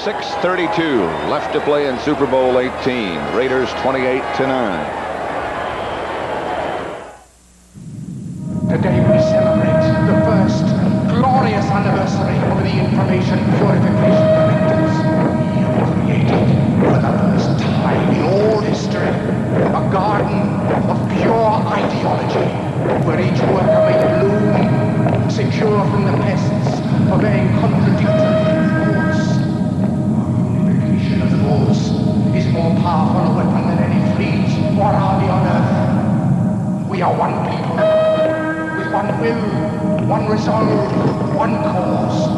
6.32 left to play in Super Bowl 18. Raiders 28 to 9. Today we celebrate the first glorious anniversary of the Information Purification Directives. We have created, for the first time in all history, a garden of pure ideology, where each worker may bloom, secure from the pests, obeying contradictory laws. Application of the laws is more powerful a weapon than any fleet or army on earth. We are one people, with one will, one resolve, one cause.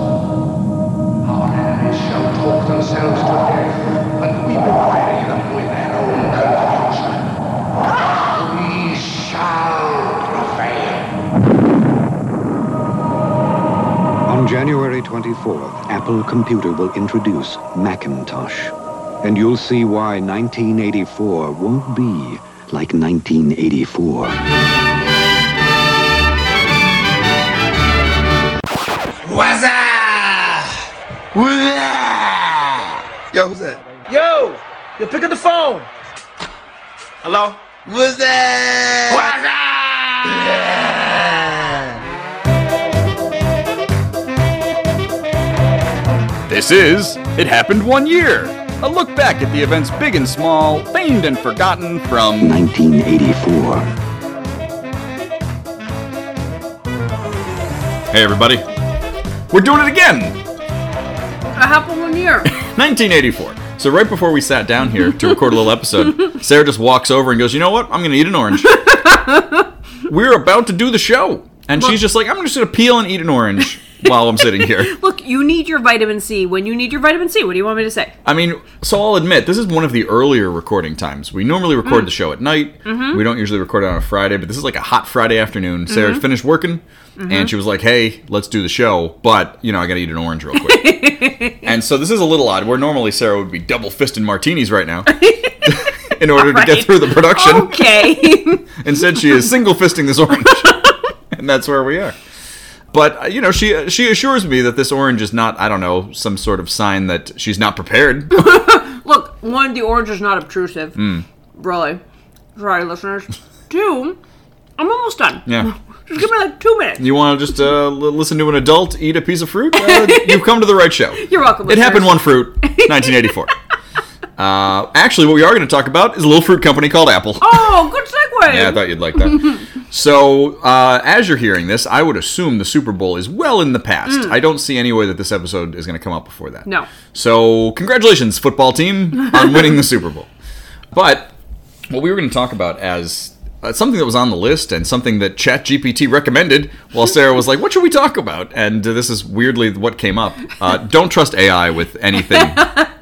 Our enemies shall talk themselves to death, and we will bury them with their own confusion. We shall prevail. On January 24th, Apple Computer will introduce Macintosh. And you'll see why 1984 won't be like 1984. Yo, who's that? Yo, Oh, you pick up the phone. Hello? Who's that? This is It Happened One Year, a look back at the events big and small, famed and forgotten from 1984. Hey everybody. We're doing it again. I happened one year. 1984. So right before we sat down here to record a little episode, Sarah just walks over and goes, "You know what? I'm going to eat an orange." We're about to do the show, and she's just like, "I'm just going to peel and eat an orange while I'm sitting here." Look, you need your vitamin C when you need your vitamin C. What do you want me to say? I mean, so I'll admit this is one of the earlier recording times. We normally record Mm. the show at night. Mm-hmm. We don't usually record it on a Friday, but this is like a hot Friday afternoon. Sarah finished working, Mm-hmm. and she was like, "Hey, let's do the show." But you know, I got to eat an orange real quick. and so this is a little odd. Where normally Sarah would be double fisting martinis right now. In order to Right. get through the production, Okay. instead she is single fisting this orange, and that's where we are. But uh, you know, she she assures me that this orange is not, I don't know, some sort of sign that she's not prepared. Look, one, the orange is not obtrusive. Hmm. Really. Sorry, listeners. Two, I'm almost done. Yeah. Just give me like two minutes. You want to just uh, l- listen to an adult eat a piece of fruit? Uh, you've come to the right show. You're welcome. It listeners. happened one fruit, 1984. uh, actually, what we are going to talk about is a little fruit company called Apple. Oh, good segue. Yeah, I thought you'd like that. so, uh, as you're hearing this, I would assume the Super Bowl is well in the past. I don't see any way that this episode is going to come out before that. Mm. No. So, congratulations, football team, on winning the Super Bowl. But what we were going to talk about as uh, something that was on the list and something that ChatGPT recommended while Sarah was like, what should we talk about? And uh, this is weirdly what came up. Uh, don't trust AI with anything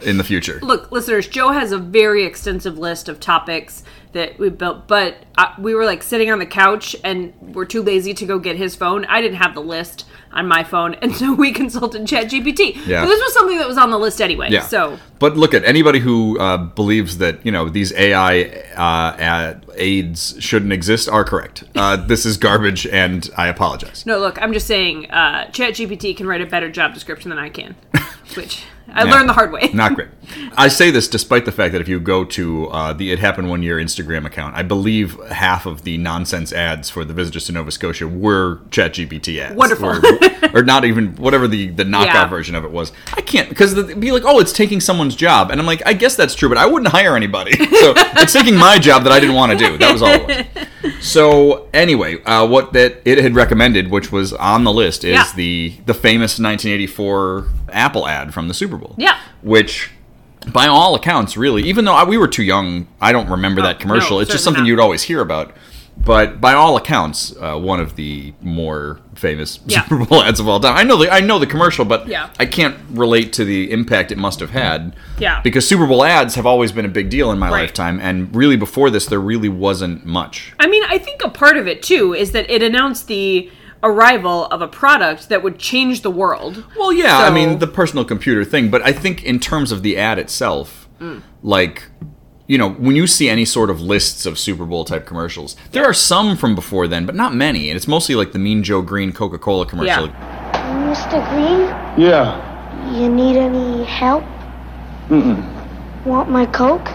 in the future. Look, listeners, Joe has a very extensive list of topics that we built, but uh, we were like sitting on the couch and we're too lazy to go get his phone. I didn't have the list on my phone, and so we consulted ChatGPT. Yeah. So this was something that was on the list anyway. Yeah. So but look at anybody who uh, believes that you know these AI uh, ad- aids shouldn't exist are correct. Uh, this is garbage, and I apologize. no, look, I'm just saying, uh, ChatGPT can write a better job description than I can, which I Yeah. learned the hard way. Not great. I say this despite the fact that if you go to uh, the It Happened One Year Instagram account, I believe half of the nonsense ads for the visitors to Nova Scotia were ChatGPT ads. Wonderful. Or, or not even, whatever the, the knockout Yeah. version of it was. I can't, because it'd be like, oh, it's taking someone's job. And I'm like, I guess that's true, but I wouldn't hire anybody. So it's taking my job that I didn't want to do. That was all it was. So anyway, uh, what that it had recommended, which was on the list, is Yeah. the the famous 1984 Apple ad from the Super Bowl. Yeah. Which, by all accounts, really, even though I, we were too young, I don't remember that commercial. Oh, no, it's just certainly something not. you'd always hear about. But by all accounts, uh, one of the more famous Yeah. Super Bowl ads of all time. I know the I know the commercial, but Yeah. I can't relate to the impact it must have had. Yeah. Because Super Bowl ads have always been a big deal in my Right. lifetime, and really before this, there really wasn't much. I mean, I think a part of it too is that it announced the arrival of a product that would change the world. Well, yeah, I So- mean the personal computer thing, but I think in terms of the ad itself, Mm. like you know, when you see any sort of lists of Super Bowl type commercials, there are some from before then, but not many, and it's mostly like the Mean Joe Green Coca Cola commercial. Yeah. Mr. Green, Yeah. you need any help? Want my Coke?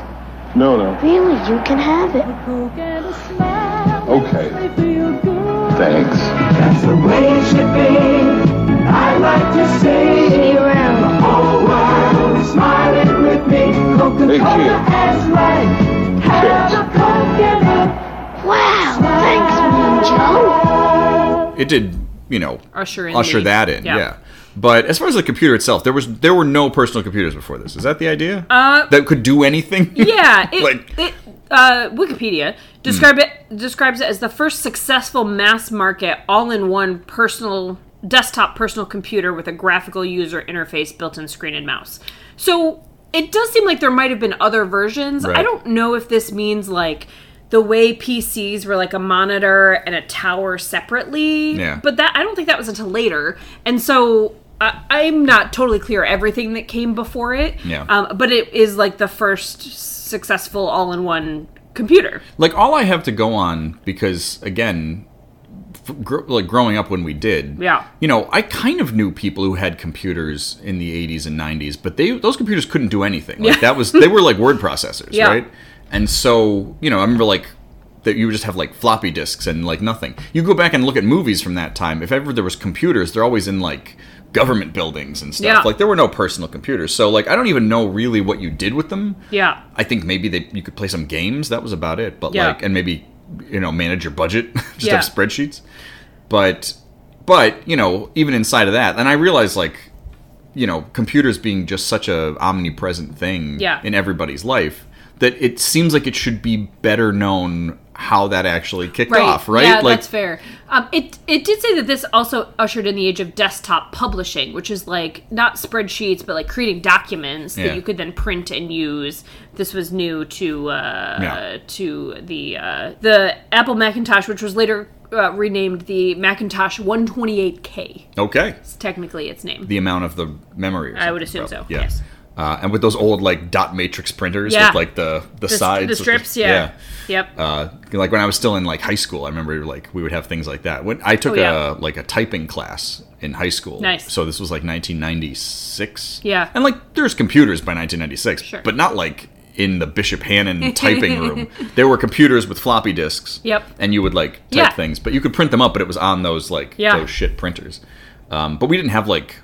No, no. Really, you can have it. Okay. Thanks. See you around. Hey, kid. Cheers. Wow, thanks, Mean Joe. It did, you know, Usher in usher the- that in. Yeah. yeah. But as far as the computer itself, there was there were no personal computers before this. Is that the idea? Uh, that could do anything. Yeah, it, Like- it, uh, Wikipedia describe it describes it as the first successful mass market all-in-one personal desktop personal computer with a graphical user interface built-in screen and mouse. So it does seem like there might have been other versions. Right. I don't know if this means like the way PCs were like a monitor and a tower separately. Yeah. But that I don't think that was until later, and so. I I'm not totally clear everything that came before it, Yeah. um, but it is like the first successful all-in-one computer. like all I have to go on because again, f- gr- like growing up when we did, Yeah. you know, I kind of knew people who had computers in the '80s and '90s, but they those computers couldn't do anything. Like Yeah. that was they were like word processors, Yeah. right? And so you know, I remember like that you would just have like floppy disks and like nothing. You go back and look at movies from that time. If ever there was computers, they're always in like government buildings and stuff. Yeah. Like there were no personal computers, so like I don't even know really what you did with them. Yeah. I think maybe they you could play some games. That was about it. But Yeah. like, and maybe you know manage your budget, just Yeah. have spreadsheets. But but you know even inside of that, and I realized like you know computers being just such a omnipresent thing Yeah. in everybody's life that it seems like it should be better known how that actually kicked off, right? Yeah, like, that's fair. Um, it it did say that this also ushered in the age of desktop publishing, which is like not spreadsheets, but like creating documents Yeah. that you could then print and use. This was new to uh, Yeah. to the uh, the Apple Macintosh, which was later uh, renamed the Macintosh 128K. Okay, It's technically its name. the amount of the memory. or I would something, assume probably. so, Yeah. yes. Uh, and with those old like dot matrix printers Yeah. with like the the, the, sides, the with strips, yeah. Yep. uh, like when I was still in like high school, I remember like we would have things like that. When I took Oh, yeah. a like a typing class in high school, Nice. So this was like 1996. Yeah. and like there's computers by 1996, Sure. but not like in the Bishop Hannon typing room. There were computers with floppy disks. Yep. and you would like type Yeah. things, but you could print them up, but it was on those like Yeah. those shit printers. Um, but we didn't have like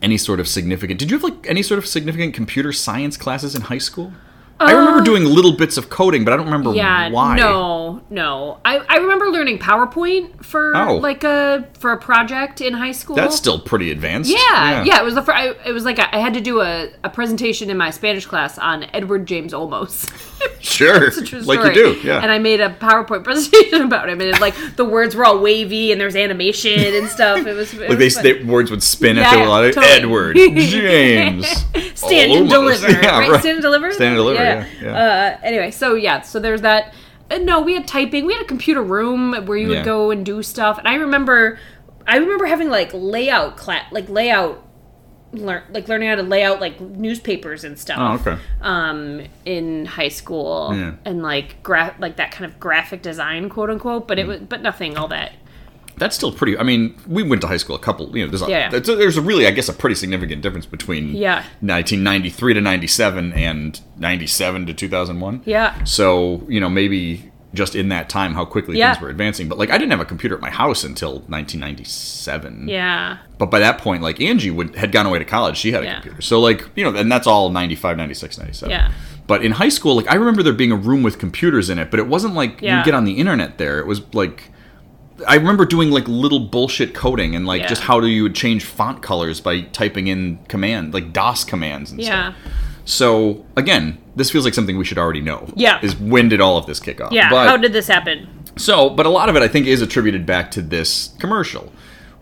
any sort of significant. Did you have like any sort of significant computer science classes in high school? I remember doing little bits of coding, but I don't remember Uh, yeah Um, why. no no I, I remember learning powerpoint for Oh. like a for a project in high school That's still pretty advanced. yeah, yeah it was the fir- I, it was like I had to do a, a presentation in my spanish class on edward james olmos Sure. It's a true like story. you do. Yeah. and i made a powerpoint presentation about him and it, like the words were all wavy and there's animation and stuff it was it like they, was fun. they words would spin Yeah, after a lot of totally. Edward James. stand and Olmos. deliver, Yeah, right? Stand and deliver. Stand and deliver, yeah, yeah. Uh, anyway, so yeah, so there's that. And no, we had typing. We had a computer room where you Yeah. would go and do stuff. And I remember, I remember having like layout class, like layout, learn like learning how to lay out like newspapers and stuff. Oh, okay. Um, in high school Yeah. and like graph, like that kind of graphic design, quote unquote. But it Mm. was, but nothing all that. That's still pretty. I mean, we went to high school a couple. You know, there's a, Yeah. there's a- there's a really, I guess, a pretty significant difference between Yeah. 1993 to 97 and 97 to 2001. Yeah. So you know, maybe just in that time, how quickly Yeah. things were advancing. But like, I didn't have a computer at my house until 1997. Yeah. But by that point, like Angie would had gone away to college. She had a Yeah. computer. So like, you know, and that's all 95, 96, 97. Yeah. But in high school, like I remember there being a room with computers in it, but it wasn't like Yeah. you get on the internet there. It was like I remember doing like little bullshit coding and like Yeah. just how do you would change font colors by typing in command like DOS commands and Yeah. stuff. So again, this feels like something we should already know. Yeah. Is when did all of this kick off? Yeah. But- How did this happen? so, but a lot of it I think is attributed back to this commercial,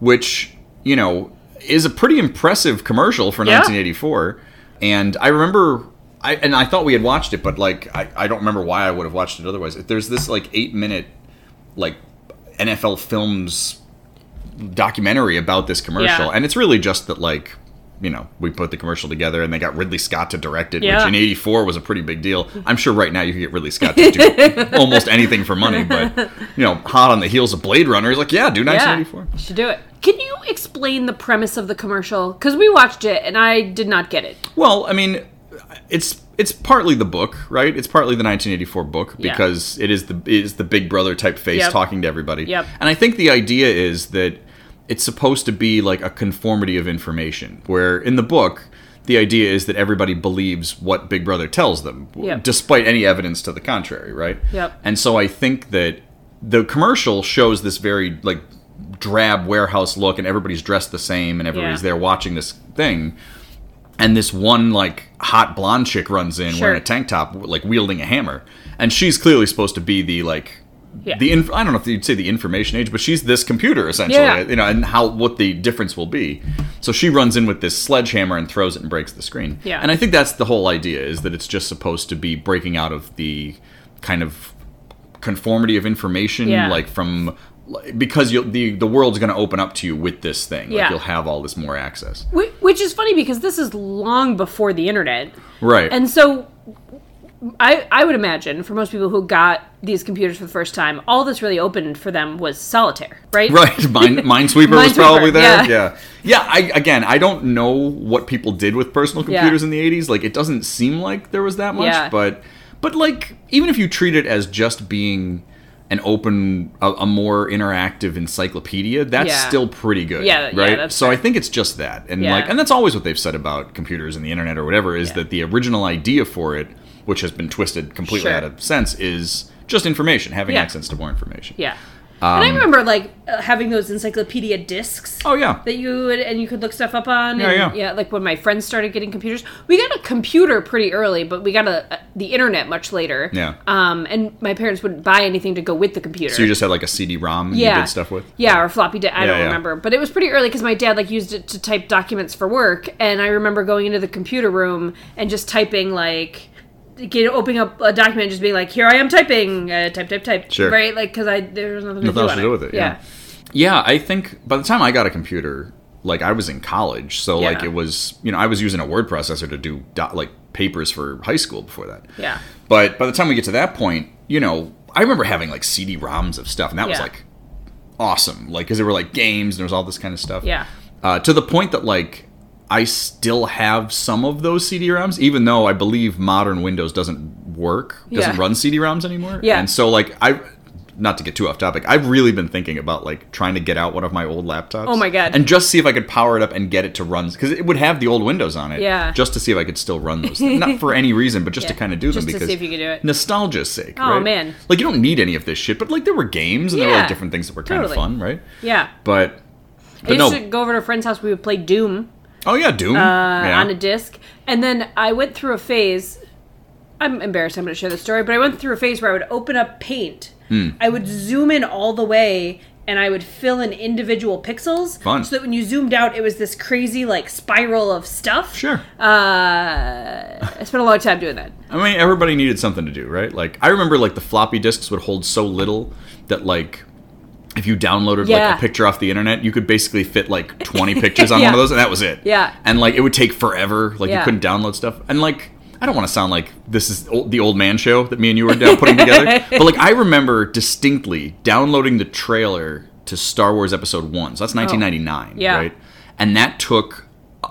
which, you know, is a pretty impressive commercial for Yeah. 1984. And I remember I and I thought we had watched it, but like I, I don't remember why I would have watched it otherwise. There's this like 8-minute like NFL films documentary about this commercial Yeah. and it's really just that like you know, we put the commercial together, and they got Ridley Scott to direct it, Yeah. which in '84 was a pretty big deal. I'm sure right now you could get Ridley Scott to do almost anything for money, but you know, hot on the heels of Blade Runner, he's like, yeah, do Yeah, 1984. you should do it. Can you explain the premise of the commercial? Because we watched it and I did not get it. Well, I mean, it's it's partly the book, right? It's partly the 1984 book Yeah. because it is the it is the Big Brother type face Yep. talking to everybody. Yep. And I think the idea is that it's supposed to be like a conformity of information, where in the book the idea is that everybody believes what Big Brother tells them, w- Yep. despite any evidence to the contrary, right? Yep. And so I think that the commercial shows this very like drab warehouse look, and everybody's dressed the same, and everybody's Yeah. there watching this thing and this one like hot blonde chick runs in Sure. wearing a tank top like wielding a hammer and she's clearly supposed to be the like Yeah. the inf- i don't know if you'd say the information age but she's this computer essentially Yeah. you know and how what the difference will be so she runs in with this sledgehammer and throws it and breaks the screen Yeah. and i think that's the whole idea is that it's just supposed to be breaking out of the kind of conformity of information Yeah. like from like, because you'll, the the world's going to open up to you with this thing Yeah. like you'll have all this more access Whi- Which is funny because this is long before the internet. right And so I I would imagine for most people who got these computers for the first time, all that's really opened for them was solitaire, right? Right, Mine, Minesweeper, was Minesweeper, probably there. yeah. Yeah, yeah. I, again, I don't know what people did with personal Yeah. computers in the '80s. Like, it doesn't seem like there was that much. Yeah. But, but like, even if you treat it as just being an open, a, a more interactive encyclopedia, that's Yeah. still pretty good. Yeah, right. yeah, that's so I think it's just that, and Yeah. like, and that's always what they've said about computers and the internet or whatever is that the original idea for it, which has been twisted completely Sure. out of sense, is just information, having Yeah. access to more information. Yeah. and I Um, remember like uh, having those encyclopedia discs. Oh yeah. that you would and you could look stuff up on. Yeah, and, yeah. Like when my friends started getting computers, we got a computer pretty early, but we got a the internet much later. Yeah. Um, and my parents wouldn't buy anything to go with the computer. So you just had like a CD-ROM and you did stuff with. Yeah, or floppy disk. I Yeah, don't yeah. remember, but it was pretty early because my dad like used it to type documents for work, and I remember going into the computer room and just typing like. Get opening up a document, and just being like, "Here I am typing, uh, type, type, type." Sure. Right? Like, because I there was nothing, Nothing to, do else on to do with it, yeah. Yeah, I think by the time I got a computer, like I was in college, so like Yeah. it was you know I was using a word processor to do do- like papers for high school before that. Yeah. But by the time we get to that point, you know, I remember having like CD-ROMs of stuff, and that was Yeah. like awesome, like because there were like games and there was all this kind of stuff. Yeah. Uh, to the point that like I still have some of those CD-ROMs, even though I believe modern Windows doesn't work, doesn't Yeah. run CD-ROMs anymore. Yeah. And so like I, not to get too off topic, I've really been thinking about like trying to get out one of my old laptops. Oh my God. And just see if I could power it up and get it to run because it would have the old Windows on it. Yeah. Just to see if I could still run those, things. not for any reason, but just to Yeah. kind of do them Just to because see if you could do it. nostalgia's sake. Oh, right? man. Like you don't need any of this shit, but like there were games and there were Yeah. like, different things that were kind Totally. of fun, right? Yeah. But. I But used no. to go over to a friend's house. We would play Doom. oh yeah, Doom. uh, yeah. on a disc. And then I went through a phase. I'm embarrassed. I'm going to share this story, but I went through a phase where I would open up Paint. Hmm. I would zoom in all the way, and I would fill in individual pixels, Fun. so that when you zoomed out, it was this crazy like spiral of stuff. Sure. Uh, I spent a lot of time doing that. I mean, everybody needed something to do, right? Like, I remember like the floppy disks would hold so little that like if you downloaded Yeah. like a picture off the internet, you could basically fit like 20 pictures on Yeah. one of those, and that was it. Yeah. And like it would take forever. Like Yeah. you couldn't download stuff, and like. I don't want to sound like this is old, the old man show that me and you were down putting together, but like I remember distinctly downloading the trailer to Star Wars Episode One, so that's 1999, Oh. Yeah. right? And that took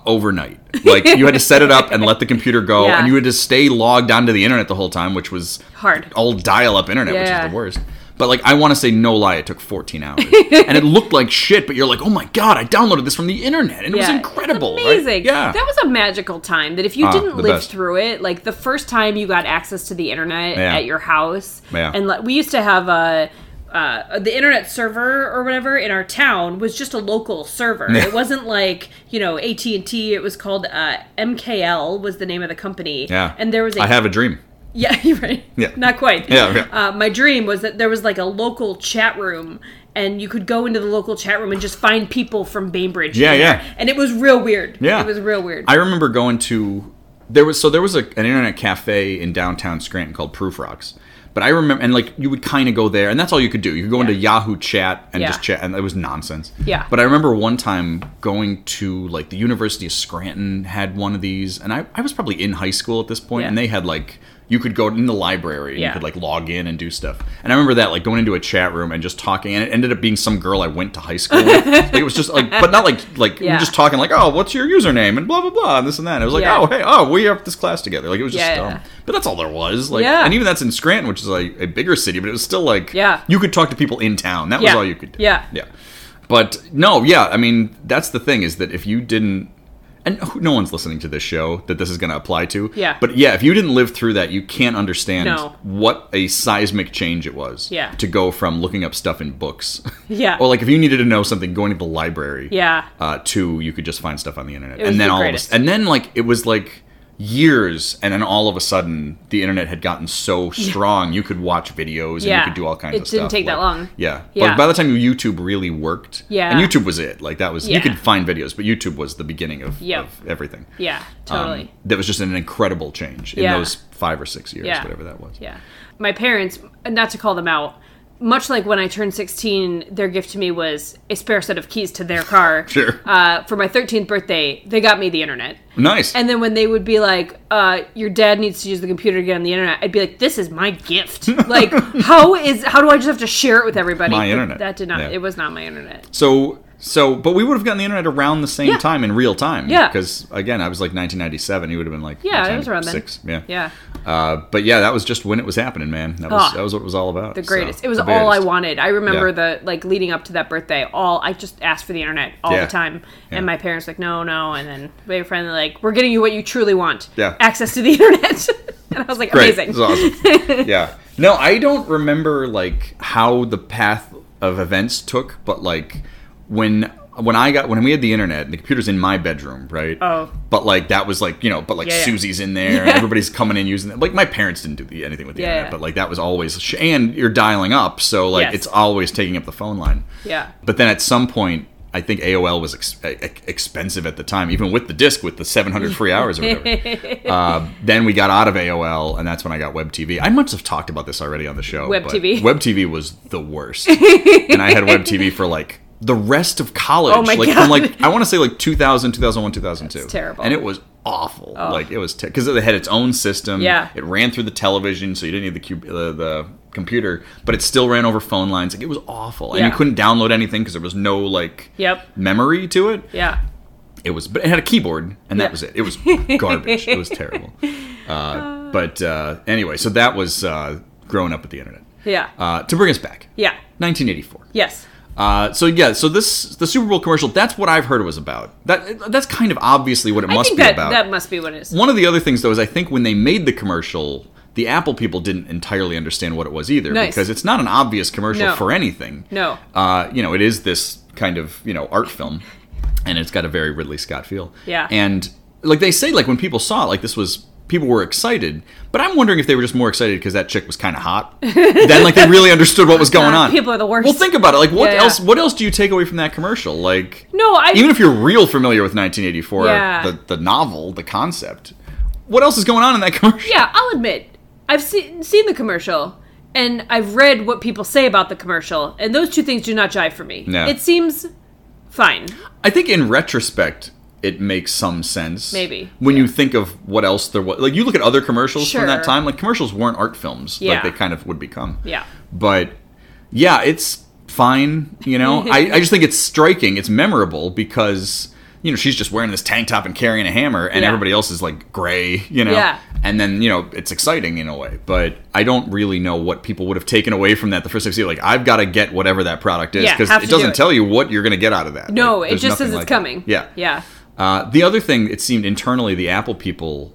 overnight. Like you had to set it up and let the computer go, Yeah. and you had to stay logged onto the internet the whole time, which was Hard. All dial-up internet, which Yeah. is the worst. But like, I want to say no lie, it took 14 hours, and it looked like shit. But you're like, oh my god, I downloaded this from the internet, and it was Yeah, incredible, it's right? amazing. Yeah, that was a magical time. That if you Ah, didn't the live best. through it, like the first time you got access to the internet Yeah. at your house, Yeah. and like, we used to have a. Uh, the internet server or whatever in our town was just a local server. It wasn't like you know AT and T. It was called uh, MKL was the name of the company. yeah. and there was a I have a dream. yeah, you're right. Yeah. Not quite. Yeah, yeah. Uh, my dream was that there was like a local chat room and you could go into the local chat room and just find people from Bainbridge. Yeah, in there. yeah. And it was real weird. Yeah, It was real weird. I remember going to there was so there was a, an internet cafe in downtown Scranton called Proof Rocks. But I remember, and like you would kind of go there, and that's all you could do. You could go into Yahoo Chat and Yeah. just chat, and it was nonsense. Yeah. But I remember one time going to like the University of Scranton had one of these, and I, I was probably in high school at this point, Yeah. and they had like you could go in the library and Yeah. you could like log in and do stuff. And I remember that like going into a chat room and just talking, and it ended up being some girl I went to high school. with. Like, it was just like, but not like like we Yeah. we're just talking like, oh, what's your username and blah blah blah and this and that. And it was like, Yeah. oh hey, oh we have this class together. Like it was just Yeah, dumb. yeah. But that's all there was. Like, Yeah. and even that's in Scranton, which is like a bigger city, but it was still like, Yeah. you could talk to people in town. That was Yeah. all you could do. Yeah. yeah. But no, yeah, I mean that's the thing is that if you didn't, and who- no one's listening to this show that this is going to apply to. Yeah. But yeah, if you didn't live through that, you can't understand No. what a seismic change it was. Yeah. To go from looking up stuff in books. Yeah. or like if you needed to know something, going to the library Yeah. uh, to you could just find stuff on the internet, It was and then the all greatest. of a, and then like it was like years, and then all of a sudden the internet had gotten so strong you could watch videos and Yeah. you could do all kinds It of stuff. didn't take that like- long. Yeah, Yeah. but by the time YouTube really worked, Yeah. and YouTube was it. Like that was Yeah. you could find videos, but YouTube was the beginning of, Yep. of everything. Yeah, Um, totally. that was just an incredible change in Yeah. those five or six years, Yeah. whatever that was. Yeah. My parents, not to call them out, much like when I turned 16, their gift to me was a spare set of keys to their car. Sure. Uh, for my 13th birthday, they got me the internet. Nice. And then when they would be like, uh, "Your dad needs to use the computer to get on the internet," I'd be like, "This is my gift. like, how is how do I just have to share it with everybody?" My But internet. That did not. Yeah. It was not my internet. So so but we would have gotten the internet around the same Yeah. time in real time. Yeah. Because again, I was like nineteen ninety seven, you would have been like Yeah, it was around then. 1996. Yeah. Yeah, Uh, but yeah, that was just when it was happening, man. That was Ah. that was what it was all about. the greatest. it was all I wanted. I remember Yeah. the like leading up to that birthday. All I just asked for the internet all Yeah. the time, Yeah. and my parents like, "No, no," and then they were finally like, "We're getting you what you truly want. Yeah. access to the internet." and I was like, Great. "Amazing." This is awesome. yeah. No, I don't remember like how the path of events took, but like when when I got when we had the internet, the computer's in my bedroom, right? Oh. But like that was like you know, but like Yeah, yeah. Susie's in there, and everybody's coming in using it. Like my parents didn't do the, anything with the Yeah, internet, yeah. but like that was always sh- and you're dialing up, so like Yes. it's always taking up the phone line. Yeah. But then at some point, I think AOL was ex- e- e- expensive at the time, even with the disc with the 700 free hours or whatever. uh, then we got out of AOL, and that's when I got Web TV. I must have talked about this already on the show. Web but TV. Web TV was the worst, and I had Web TV for like the rest of college. Oh my like God. from like I want to say like 2000, 2001, 2002. That's terrible. Oh. And it was awful. Like it was because it had its own system. Yeah. It ran through the television, so you didn't need the cube, uh, the computer, but it still ran over phone lines. Like it was awful, and Yeah. you couldn't download anything because there was no like Yep. memory to it. Yeah. It was, but it had a keyboard, and Yeah. that was it. It was garbage. it was terrible. Uh, but uh, anyway, so that was uh, growing up with the internet. Yeah. Uh, to bring us back, yeah. 1984. Yes. Uh, so yeah, so this the Super Bowl commercial. That's what I've heard it was about. That that's kind of obviously what it I must think be that about. that must be what it is. One of the other things, though, is I think when they made the commercial, the Apple people didn't entirely understand what it was either, Nice. because it's not an obvious commercial No. for anything. No. uh, you know, it is this kind of you know art film, and it's got a very Ridley Scott feel. Yeah. and like they say, like when people saw it, like this was. People were excited, but I'm wondering if they were just more excited because that chick was kind of hot. then, like, they really understood what was going on. people are the worst. Well, think about it. Like, what Yeah, yeah. else? What else do you take away from that commercial? Like, No, I- even if you're real familiar with 1984, Yeah. the the novel, the concept. What else is going on in that commercial? Yeah, I'll admit, I've seen seen the commercial and I've read what people say about the commercial, and those two things do not jive for me. No. It seems fine. I think in retrospect, it makes some sense. Maybe. When you think of what else there was. Like, you look at other commercials from Sure. that time, like, commercials weren't art films. Yeah. Like, they kind of would become. Yeah. But, yeah, it's fine, you know? I, I just think it's striking. It's memorable because, you know, she's just wearing this tank top and carrying a hammer, and Yeah. everybody else is, like, gray, you know? Yeah. And then, you know, it's exciting in a way. But I don't really know what people would have taken away from that the first time they see it. Like, I've got to get whatever that product is Yeah, because have it to do doesn't it. tell you what you're going to get out of that. No, Like, it there's just says nothing it's like that. coming. Yeah. Yeah. Uh, the other thing, it seemed internally, the Apple people,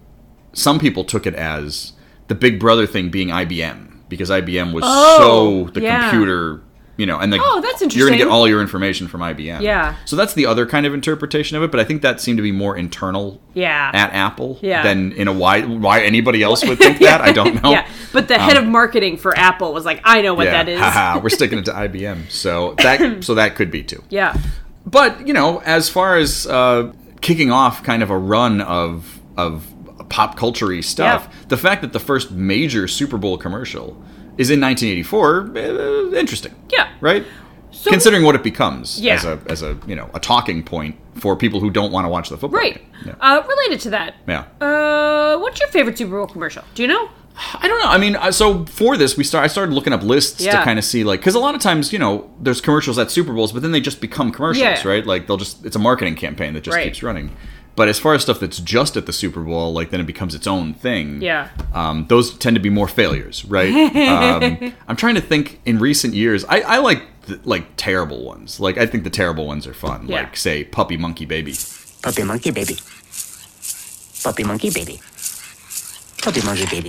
some people took it as the Big Brother thing being IBM because IBM was Oh, so the yeah. computer, you know, and like Oh, that's You're gonna interesting. get all your information from IBM. Yeah. So that's the other kind of interpretation of it, but I think that seemed to be more internal. Yeah. At Apple. Yeah. Than in a why why anybody else would think that I don't know. Um, Yeah. But the head of marketing for Apple was like, I know what yeah. that is. Haha, we're sticking it to IBM. So that so that could be too. yeah. But you know, as far as uh, kicking off kind of a run of of pop culture stuff, Yeah. the fact that the first major Super Bowl commercial is in 1984, uh, interesting. Yeah. Right. Considering what it becomes Yeah. as a as a you know a talking point for people who don't want to watch the football. Right. game. Yeah. Uh, related to that. yeah. Uh, what's your favorite Super Bowl commercial? Do you know? I don't know. I mean, I- so for this, we start. I started looking up lists to Yeah. kind of see, like, because a lot of times, you know, there's commercials at Super Bowls, but then they just become commercials, Yeah. right? Like, they'll just it's a marketing campaign that just Right. keeps running. But as far as stuff that's just at the Super Bowl, like, then it becomes its own thing. Yeah. Um, those tend to be more failures, right? um, I'm trying to think. In recent years, I, I like the, like terrible ones. Like, I think the terrible ones are fun. Yeah. Like, say, Puppy Monkey Baby. Puppy monkey baby. Puppy monkey baby. Puppy monkey baby.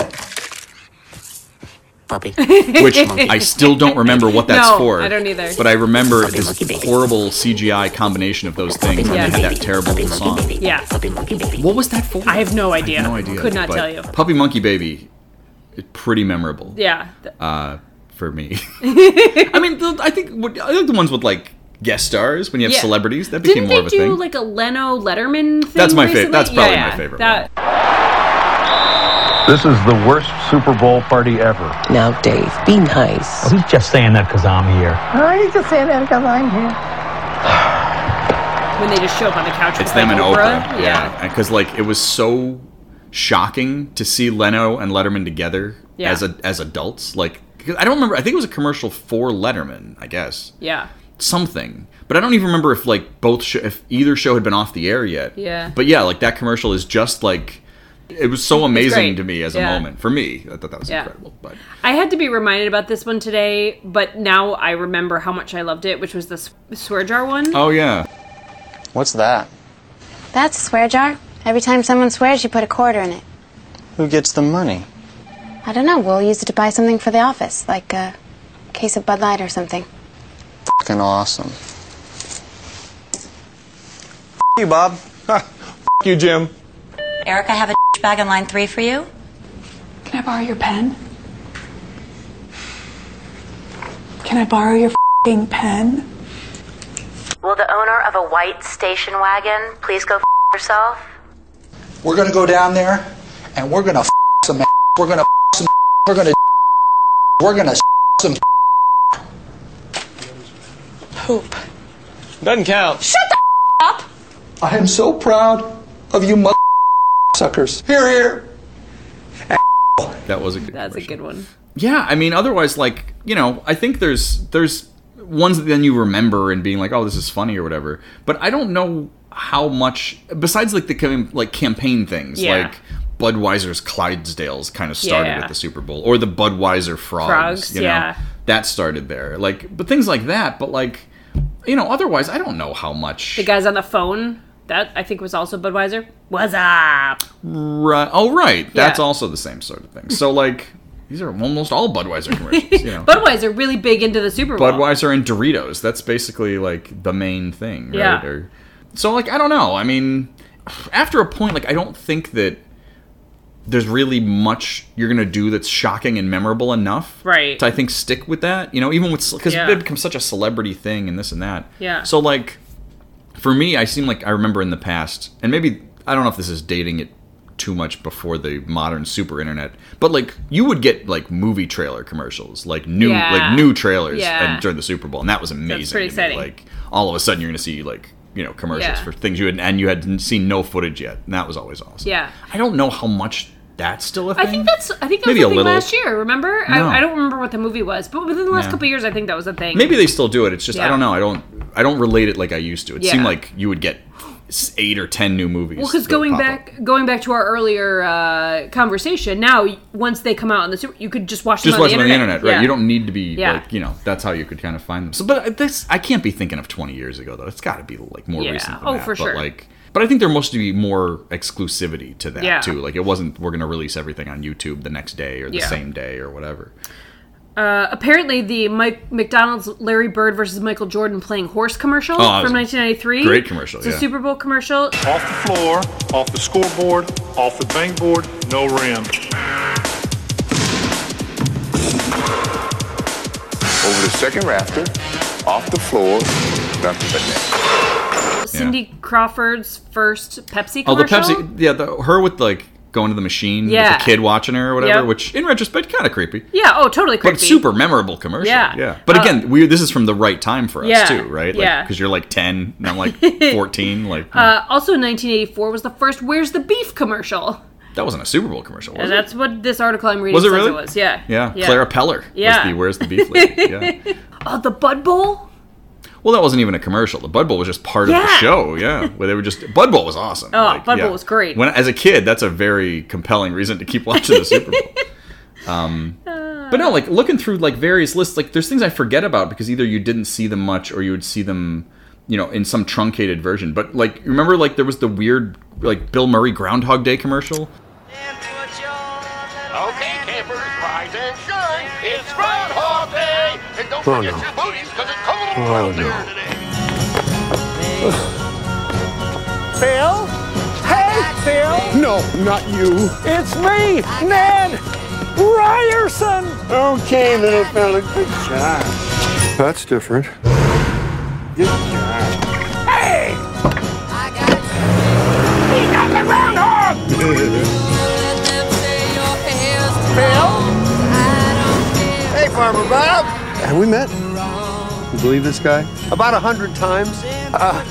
Puppy. which I still don't remember what that's No, for. I don't either. But I remember this Monkey Baby. horrible CGI combination of those things Yeah. and they did that terrible Puppy monkey song. baby. Yeah. Puppy monkey baby. What was that for? I have no idea. no idea. Could not but tell you. Puppy Monkey Baby, it- pretty memorable. Yeah. th- Uh, for me. I mean, the, I think what- I like the ones with like guest stars when you have Yeah. celebrities. That became Didn't more of they a do thing. like a Leno Letterman thing? That's my fav- favorite. that's probably my favorite That, This is the worst Super Bowl party ever. Now, Dave, be nice. He's just saying that because I'm here. when they just show up on the couch It's with them like and Oprah. Oprah. Yeah. Because, like, it was so shocking to see Leno and Letterman together Yeah. as a, as adults. Like, 'cause I don't remember. I think it was a commercial for Letterman, I guess. Yeah. Something. But I don't even remember if, like, both, sh- if either show had been off the air yet. Yeah. But yeah, like, that commercial is just like, it was so amazing great. to me as Yeah. a moment. For me, I thought that was Yeah. incredible. But I had to be reminded about this one today, but now I remember how much I loved it, which was the s- swear jar one. oh, yeah. What's that? That's a swear jar. Every time someone swears, you put a quarter in it. Who gets the money? I don't know. We'll use it to buy something for the office, like a case of Bud Light or something. Fucking awesome. F- you, Bob. F- you, Jim. Eric, I have a bag on line three for you. Can I borrow your pen? Can I borrow your fing pen? Will the owner of a white station wagon please go f- herself? We're gonna go down there, and we're gonna f- some. ass. We're gonna f- some. We're gonna. We're gonna s- some. Poop. Doesn't count. I am so proud of you, mother suckers. Here, here. That was a good That's a commercial. good one. Yeah, I mean, otherwise, like you know, I think there's there's ones that then you remember and being like, oh, this is funny or whatever. But I don't know how much besides like the cam- like campaign things Yeah. like. Budweiser's Clydesdales kind of started Yeah. at the Super Bowl, or the Budweiser frogs. Frogs, you know? yeah. that started there. Like, but things like that. But like, you know, otherwise, I don't know how much. The guys on the phone, that I think was also Budweiser. What's up? Right. Oh, right. That's Yeah. also the same sort of thing. So like, these are almost all Budweiser commercials. You know? Budweiser really big into the Super Bowl. Budweiser and Doritos. That's basically like the main thing, right? Yeah. Or, so like I don't know. I mean, after a point, like I don't think that there's really much you're gonna do that's shocking and memorable enough, Right. To I think stick with that, you know, even with because Yeah. it becomes such a celebrity thing and this and that. Yeah. So like, for me, I seem like I remember in the past, and maybe I don't know if this is dating it too much before the modern super internet, but like you would get like movie trailer commercials, like new Yeah. like new trailers Yeah. and during the Super Bowl, and that was amazing. pretty to me. exciting. Like all of a sudden you're gonna see like you know commercials Yeah. for things you had and you had seen no footage yet, and that was always awesome. Yeah. I don't know how much that's still a thing. I think that's I think that Maybe a was a thing little. last year, remember? No. I, I don't remember what the movie was, but within the last Yeah. couple years I think that was a thing. maybe they still do it. It's just I Yeah. don't know. I don't I don't relate it like I used to. It seemed Yeah. like you would get s- eight or ten new movies. Well, because that going pop up. back, going back to our earlier uh, conversation, now y- once they come out on the super, you could just watch them just on watch the them on the internet. internet, right? Yeah. You don't need to be Yeah. like you know. That's how you could kind of find them. So, but this I can't be thinking of twenty years ago though. It's got to be like more Yeah. recent. Than Oh, that. for but, sure. Like, but I think there must be more exclusivity to that Yeah. too. Like, it wasn't we're gonna release everything on YouTube the next day or the Yeah. same day or whatever. Uh, apparently, the Mike McDonald's Larry Bird versus Michael Jordan playing horse commercial that was from 1993. Oh, great commercial, It's yeah. a Super Bowl commercial. Off the floor, off the scoreboard, off the bank board, no rim. Over the second rafter, off the floor, nothing but net. Cindy Crawford's first Pepsi commercial. Oh, the Pepsi, yeah, the, her with like going to the machine Yeah. with the kid watching her or whatever. Yep. Which in retrospect, kind of creepy. Yeah. Oh, totally creepy. But super memorable commercial. Yeah. Yeah. But Uh, again, we this is from the right time for us Yeah. too, right? Like, Yeah. Because you're like ten, and I'm like fourteen. Like, Uh, also, in 1984 was the first "Where's the Beef" commercial. That wasn't a Super Bowl commercial, was And it? that's what this article I'm reading Was it says really? it was. Yeah. Yeah. Clara Peller. was Yeah. the Where's the beef? Lady. Yeah. Oh, the Bud Bowl? Well, that wasn't even a commercial. The Bud Bowl was just part of the Yeah. show. Yeah, where they were just Bud Bowl was awesome. Oh, Bud Bowl was great. When as a kid, that's a very compelling reason to keep watching the Super Bowl. um, Ah. but no, like looking through like various lists, like there's things I forget about because either you didn't see them much or you would see them, you know, in some truncated version. But like remember, like there was the weird like Bill Murray Groundhog Day commercial. Okay, campers, rise and shine. It's Groundhog Day. And don't Oh, forget no. your booties, because it's cold Oh, out no. there today. Phil? Hey, Phil! No, not you. It's me, Ned Ryerson! Okay, little fella, good job. That's different. Good job. Hey! He got the groundhog! Phil? Hey, Farmer Bob! Have we met? You believe this guy? About a hundred times. Uh,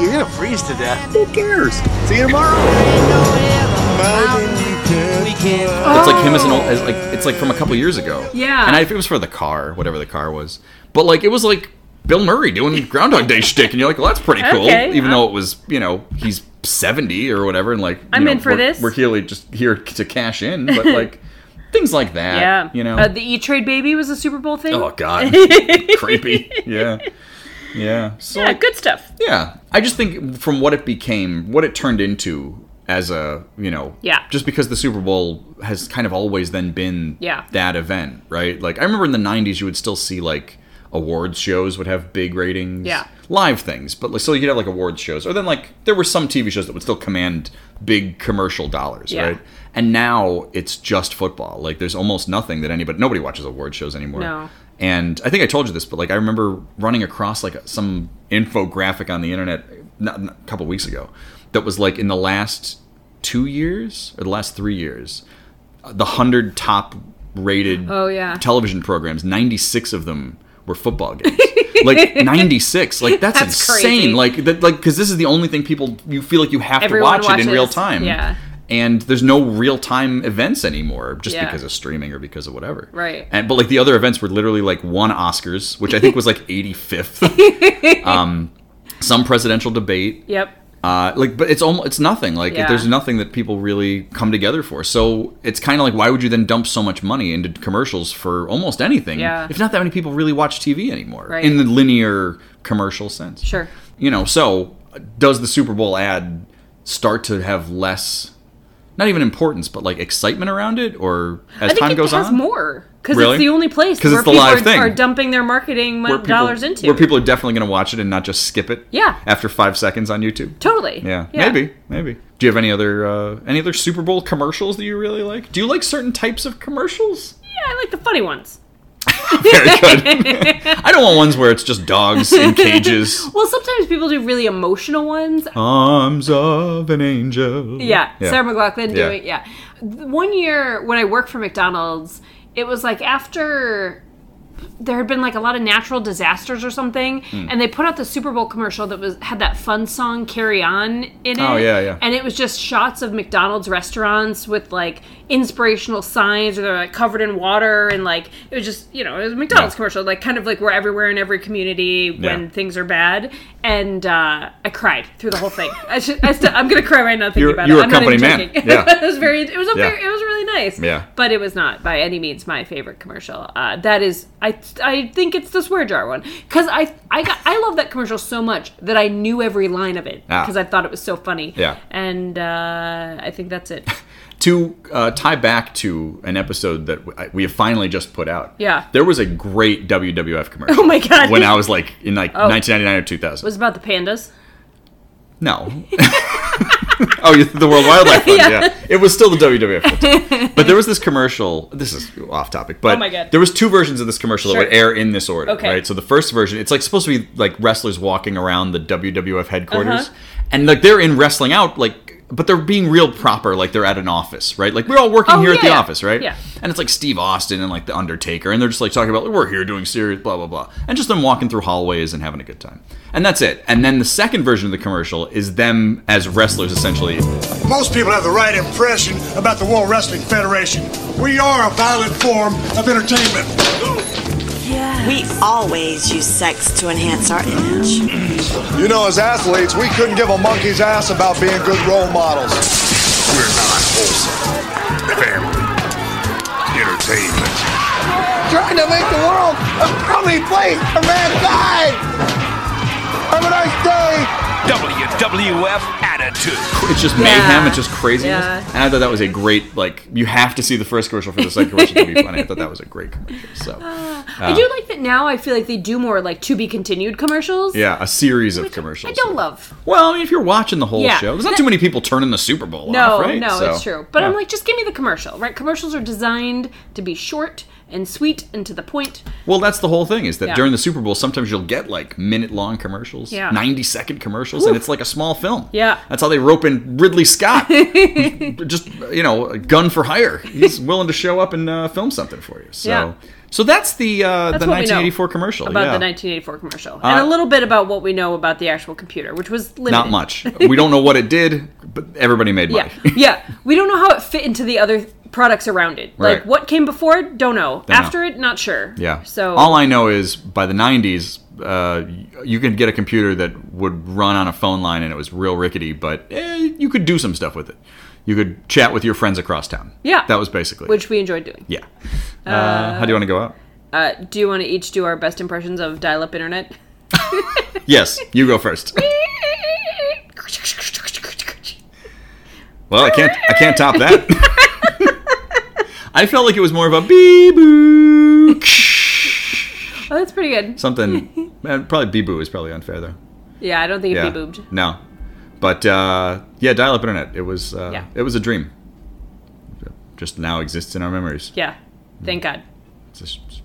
you're gonna freeze to death. Who cares? See you tomorrow. It's like him as an old, as like it's like from a couple years ago. Yeah. And I, it was for the car, whatever the car was. But like it was like Bill Murray doing Groundhog Day shtick, and you're like, well, that's pretty cool, Okay, even uh- though it was you know he's seventy or whatever, and like you I'm know, in for we're, this. We're here just here to cash in, but like things like that. yeah. You know. Uh, the E Trade Baby was a Super Bowl thing. oh God. Creepy. Yeah. Yeah. So yeah, good stuff. yeah, I just think from what it became, what it turned into as a you know, Yeah. just because the Super Bowl has kind of always then been Yeah. that event, right? Like I remember in the '90s, you would still see like awards shows would have big ratings, Yeah. live things, but like, so you could have like awards shows, or then like there were some TV shows that would still command big commercial dollars, Yeah. right? And now it's just football. Like there's almost nothing that anybody nobody watches award shows anymore. No. And I think I told you this, but like I remember running across like some infographic on the internet not, not- a couple weeks ago that was like in the last two years or the last three years, uh, the hundred top rated Oh, yeah. television programs, ninety six of them were football games. like ninety six, like that's, That's crazy. insane. Like that, like because this is the only thing people you feel like you have Everyone to watch it in watches. real time. Yeah. And there's no real time events anymore, just Yeah. because of streaming or because of whatever. Right. And but like the other events were literally like one Oscars, which I think was like 85th. um, some presidential debate. Yep. Uh, like, but it's almost it's nothing. Like, Yeah. there's nothing that people really come together for. So it's kind of like, why would you then dump so much money into commercials for almost anything? Yeah. If not that many people really watch TV anymore Right. in the linear commercial sense. Sure. You know, so does the Super Bowl ad start to have less, not even importance, but like excitement around it, or as I think time it goes has on, more because Really? it's the only place 'Cause where it's the people live are, thing. are dumping their marketing mon- people- dollars into. where people are definitely going to watch it and not just skip it. Yeah. After five seconds on YouTube. Totally. Yeah, maybe, maybe. Do you have any other uh, any other Super Bowl commercials that you really like? Do you like certain types of commercials? Yeah, I like the funny ones. I don't want ones where it's just dogs in cages. well, sometimes people do really emotional ones. Arms of an angel. Mm-hmm. Yeah, Sarah McLaughlin Yeah. doing yeah. One year when I worked for McDonald's, it was like after there had been like a lot of natural disasters or something, Hmm. and they put out the Super Bowl commercial that was had that fun song "Carry On" in it. Oh, yeah, yeah. And it was just shots of McDonald's restaurants with like inspirational signs, or they're like covered in water, and like it was just you know it was a McDonald's Yeah. commercial, like kind of like we're everywhere in every community when Yeah. things are bad. And uh, I cried through the whole thing. I should, I still, I'm gonna cry right now thinking You're- about you're it. a I'm not even company man. joking. Yeah. it was very. It was a Yeah. very. It was really nice. Yeah. But it was not by any means my favorite commercial. Uh, that is, I I think it's the swear jar one because I I got I love that commercial so much that I knew every line of it Ah. because I thought it was so funny. Yeah. And uh, I think that's it. To uh, tie back to an episode that w- I- we have finally just put out. Yeah. There was a great WWF commercial. Oh my God. When I was like in like Oh. 1999 or 2000. It was about the pandas. No. oh, you- the World Wildlife Fund. Yeah. Yeah. it was still the WWF. at the time. but there was this commercial. This is off topic, but Oh my God. there was two versions of this commercial that would Sure. air in this order, Okay. right? So the first version, it's like supposed to be like wrestlers walking around the WWF headquarters, Uh-huh. and like they're in wrestling out, like, but they're being real proper, like they're at an office, right? Like we're all working Oh, here yeah, at the yeah. office, right? Yeah. and it's like Steve Austin and like The Undertaker, and they're just like talking about like, we're here doing serious blah blah blah, and just them walking through hallways and having a good time, and that's it. And then the second version of the commercial is them as wrestlers essentially. Most people have the right impression about the World Wrestling Federation. We are a violent form of entertainment. We always use sex to enhance our image. You know, as athletes, we couldn't give a monkey's ass about being good role models. We're not wholesome. Family. Entertainment. Trying to make the world a crummy place for mankind. Have a nice day. WWF attitude. It's just mayhem. It's just craziness. And I thought that was a great like. You have to see the first commercial for the second commercial to be funny. I thought that was a great commercial. So Ah, uh, I Ah. do like that now. I feel like they do more like to be continued commercials. yeah, a series of commercials. I don't love. Well, I mean, if you're watching the whole Yeah. show, there's not That- too many people turning the Super Bowl No, off, right? no, So, it's true. But I'm yeah. like, just give me the commercial, right? Commercials are designed to be short and sweet and to the point. Well, that's the whole thing is that Yeah. during the Super Bowl, sometimes you'll get like minute long commercials, Yeah. 90 second commercials, and Oof. it's like a small film. Yeah. That's how they rope in Ridley Scott. Just, you know, a gun for hire. He's willing to show up and uh, film something for you. So, Yeah. so that's the, uh, That's the what we know 1984 commercial. about Oh, yeah. the 1984 commercial, and Uh, a little bit about what we know about the actual computer, which was limited. Not much. we don't know what it did, but everybody made money. Yeah, yeah. We don't know how it fit into the other products around it. Right. Like what came before it, don't know. Don't know. After it, not sure. Yeah. So all I know is by the '90s, uh, y- you could get a computer that would run on a phone line, and it was real rickety, but eh, you could do some stuff with it. You could chat with your friends across town. Yeah. That was basically. it. which we enjoyed doing. yeah. Uh, Uh, how do you want to go out? Uh, do you want to each do our best impressions of dial-up internet? Yes, you go first. well, I can't. I can't top that. I felt like it was more of a bee boo Oh, that's pretty good. something. Man, probably bee boo is probably unfair though. Yeah, I don't think it would be boobed. No, but uh, yeah, dial-up internet. It was uh, Yeah. it was a dream. Just now exists in our memories. Yeah. Thank God. It's just,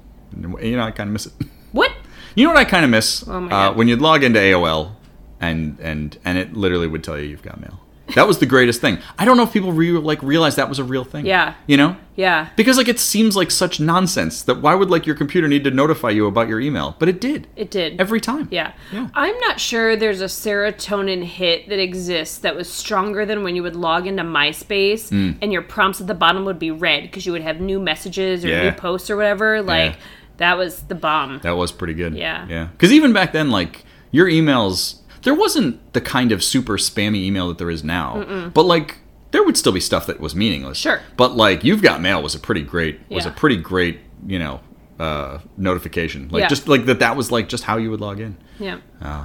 you know, I kind of miss it. What? You know what I kind of miss Oh my uh, God. when you'd log into AOL and and and it literally would tell you you've got mail. That was the greatest thing. I don't know if people re- like realize that was a real thing. Yeah. You know. Yeah. Because like it seems like such nonsense that why would like your computer need to notify you about your email? But it did. It did. Every time. Yeah. I'm not sure there's a serotonin hit that exists that was stronger than when you would log into MySpace Mm. and your prompts at the bottom would be red because you would have new messages or Yeah. new posts or whatever. Like, Yeah. that was the bomb. That was pretty good. Yeah. Yeah. Because even back then, like, your emails, there wasn't the kind of super spammy email that there is now. Mm-mm. But, like, there would still be stuff that was meaningless. Sure. But, like, You've Got Mail was a pretty great, was a Yeah. pretty great, you know, uh, notification. Like, Yeah. just like that, that was, like, just how you would log in. Yeah. Uh,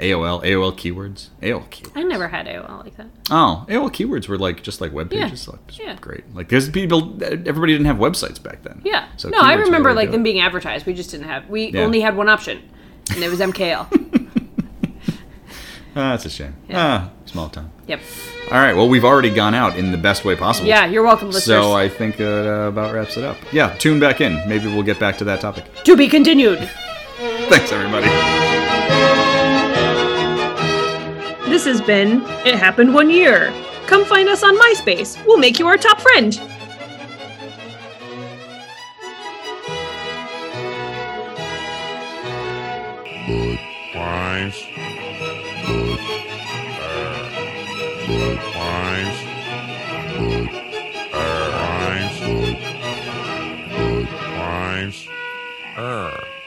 AOL, AOL keywords. AOL key. I never had AOL like that. Oh, AOL keywords were, like, just like web Yeah. pages. Like, just Yeah. great. Like, there's people, everybody didn't have websites back then. Yeah. So no, I keywords were remember really like good. them being advertised. We just didn't have. We Yeah. only had one option, and it was MKL. Ah, that's a shame. Ah, small town. yep. All right. Well, we've already gone out in the best way possible. Yeah, you're welcome, listeners. So I think that uh, about wraps it up. Yeah, tune back in. Maybe we'll get back to that topic. To be continued. Thanks, everybody. This has been It Happened One Year. Come find us on MySpace. We'll make you our top friend. Good times. Good. Good times. Good. Times. Good. Good times.